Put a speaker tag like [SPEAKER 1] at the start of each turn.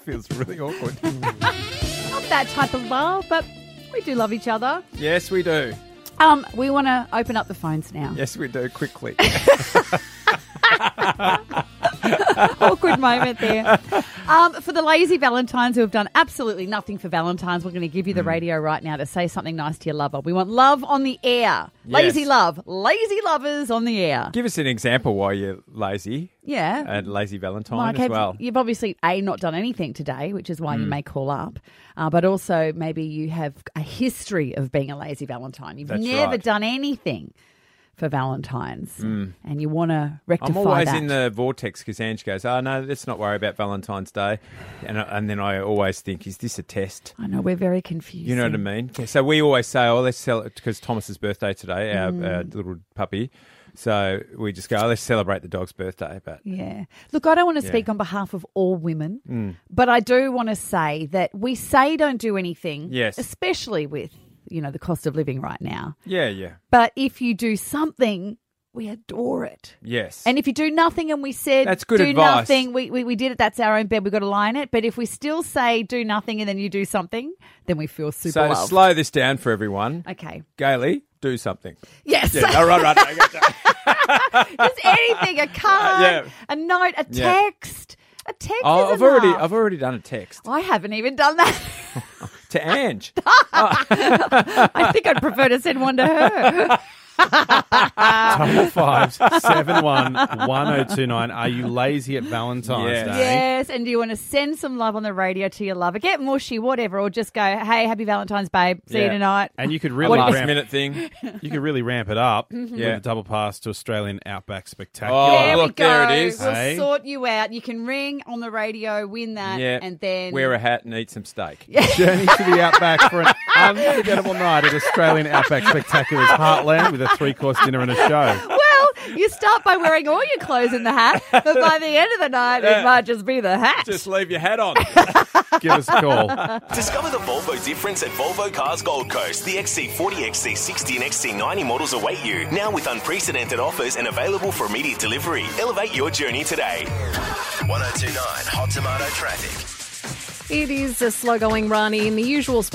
[SPEAKER 1] feels really awkward.
[SPEAKER 2] Not that type of love, but we do love each other.
[SPEAKER 1] yes, we do.
[SPEAKER 2] Um, we want to open up the phones now.
[SPEAKER 1] Yes, we do. Quickly.
[SPEAKER 2] Awkward moment there. Um, for the lazy Valentines who have done absolutely nothing for Valentines, we're going to give you the radio right now to say something nice to your lover. We want love on the air. Lazy
[SPEAKER 1] Yes.
[SPEAKER 2] love. Lazy lovers on the air.
[SPEAKER 1] Give us an example why you're lazy
[SPEAKER 2] Yeah.
[SPEAKER 1] and lazy Valentine
[SPEAKER 2] Mike,
[SPEAKER 1] as
[SPEAKER 2] have-
[SPEAKER 1] well. Mm.
[SPEAKER 2] You've obviously a not done anything today, which is why you may call up, uh, but also maybe you have a history of being a lazy Valentine. You've
[SPEAKER 1] That's
[SPEAKER 2] never
[SPEAKER 1] right. Mm.
[SPEAKER 2] done anything for Valentines, and you want to rectify
[SPEAKER 1] I'm always
[SPEAKER 2] that.
[SPEAKER 1] in the vortex because Ange goes, "Oh no, let's not worry about Valentine's Day," and uh, and then I always think, "Is this a test?"
[SPEAKER 2] I know we're very confused.
[SPEAKER 1] You know what I mean? So we always say, "Oh, let's celebrate," because Thomas's birthday today, our, our
[SPEAKER 2] Mm.
[SPEAKER 1] little puppy. So we just go, oh, "Let's celebrate the dog's birthday." But
[SPEAKER 2] Yeah. Look, I don't want to speak on behalf of all women,
[SPEAKER 1] Mm.
[SPEAKER 2] but I do want to say that we say don't do anything,
[SPEAKER 1] Yes.
[SPEAKER 2] especially with you know the cost of living right now.
[SPEAKER 1] yeah, yeah,
[SPEAKER 2] But if you do something, we adore it.
[SPEAKER 1] yes,
[SPEAKER 2] And if you do nothing and we said
[SPEAKER 1] That's good
[SPEAKER 2] do
[SPEAKER 1] advice.
[SPEAKER 2] nothing, we, we, we did it, that's our own bed, we've got to lie in it. But if we still say do nothing and then you do something, then we feel super
[SPEAKER 1] so to
[SPEAKER 2] loved.
[SPEAKER 1] slow this down for everyone.
[SPEAKER 2] okay.
[SPEAKER 1] Gaily, do something.
[SPEAKER 2] Yes.
[SPEAKER 1] Yeah, all right, right. I got that.
[SPEAKER 2] Just anything, a card,
[SPEAKER 1] Yeah.
[SPEAKER 2] a note, a
[SPEAKER 1] Yeah.
[SPEAKER 2] text. A text
[SPEAKER 1] Oh,
[SPEAKER 2] is
[SPEAKER 1] I've already,
[SPEAKER 2] enough.
[SPEAKER 1] I've already done a text
[SPEAKER 2] I haven't even done that.
[SPEAKER 1] to Ange.
[SPEAKER 2] I think I'd prefer to send one to her.
[SPEAKER 3] Double five seven one one zero two nine. Are you lazy at Valentine's
[SPEAKER 1] Yes.
[SPEAKER 3] Day?
[SPEAKER 2] yes, and do you want to send some love on the radio to your lover? Get mushy, whatever, or just go, hey, happy Valentine's, babe. See you
[SPEAKER 1] Yeah.
[SPEAKER 2] tonight.
[SPEAKER 3] And you could
[SPEAKER 1] A
[SPEAKER 3] really
[SPEAKER 1] last
[SPEAKER 3] ramp,
[SPEAKER 1] minute thing.
[SPEAKER 3] you could really ramp it up
[SPEAKER 1] Yeah.
[SPEAKER 3] with a double pass to Australian Outback Spectacular.
[SPEAKER 1] Oh,
[SPEAKER 2] There we
[SPEAKER 1] look,
[SPEAKER 2] go.
[SPEAKER 1] there it is.
[SPEAKER 2] We'll
[SPEAKER 3] Hey?
[SPEAKER 2] sort you out. You can ring on the radio, win that,
[SPEAKER 1] Yeah,
[SPEAKER 2] and then
[SPEAKER 1] wear a hat and eat some steak.
[SPEAKER 3] Journey to the Outback for an unforgettable night at Australian Outback Spectacular's Heartland with a three-course dinner and a show.
[SPEAKER 2] well, you start by wearing all your clothes in the hat, but by the end of the night, it
[SPEAKER 1] Yeah.
[SPEAKER 2] might just be the hat.
[SPEAKER 1] Just leave your hat on.
[SPEAKER 3] Give us a call.
[SPEAKER 4] Discover the Volvo difference at Volvo Cars Gold Coast. The XC40, XC60, and XC90 models await you. Now with unprecedented offers and available for immediate delivery. Elevate your journey today. 1029 Hot Tomato Traffic.
[SPEAKER 5] It is a slow going Ronnie in the usual spot.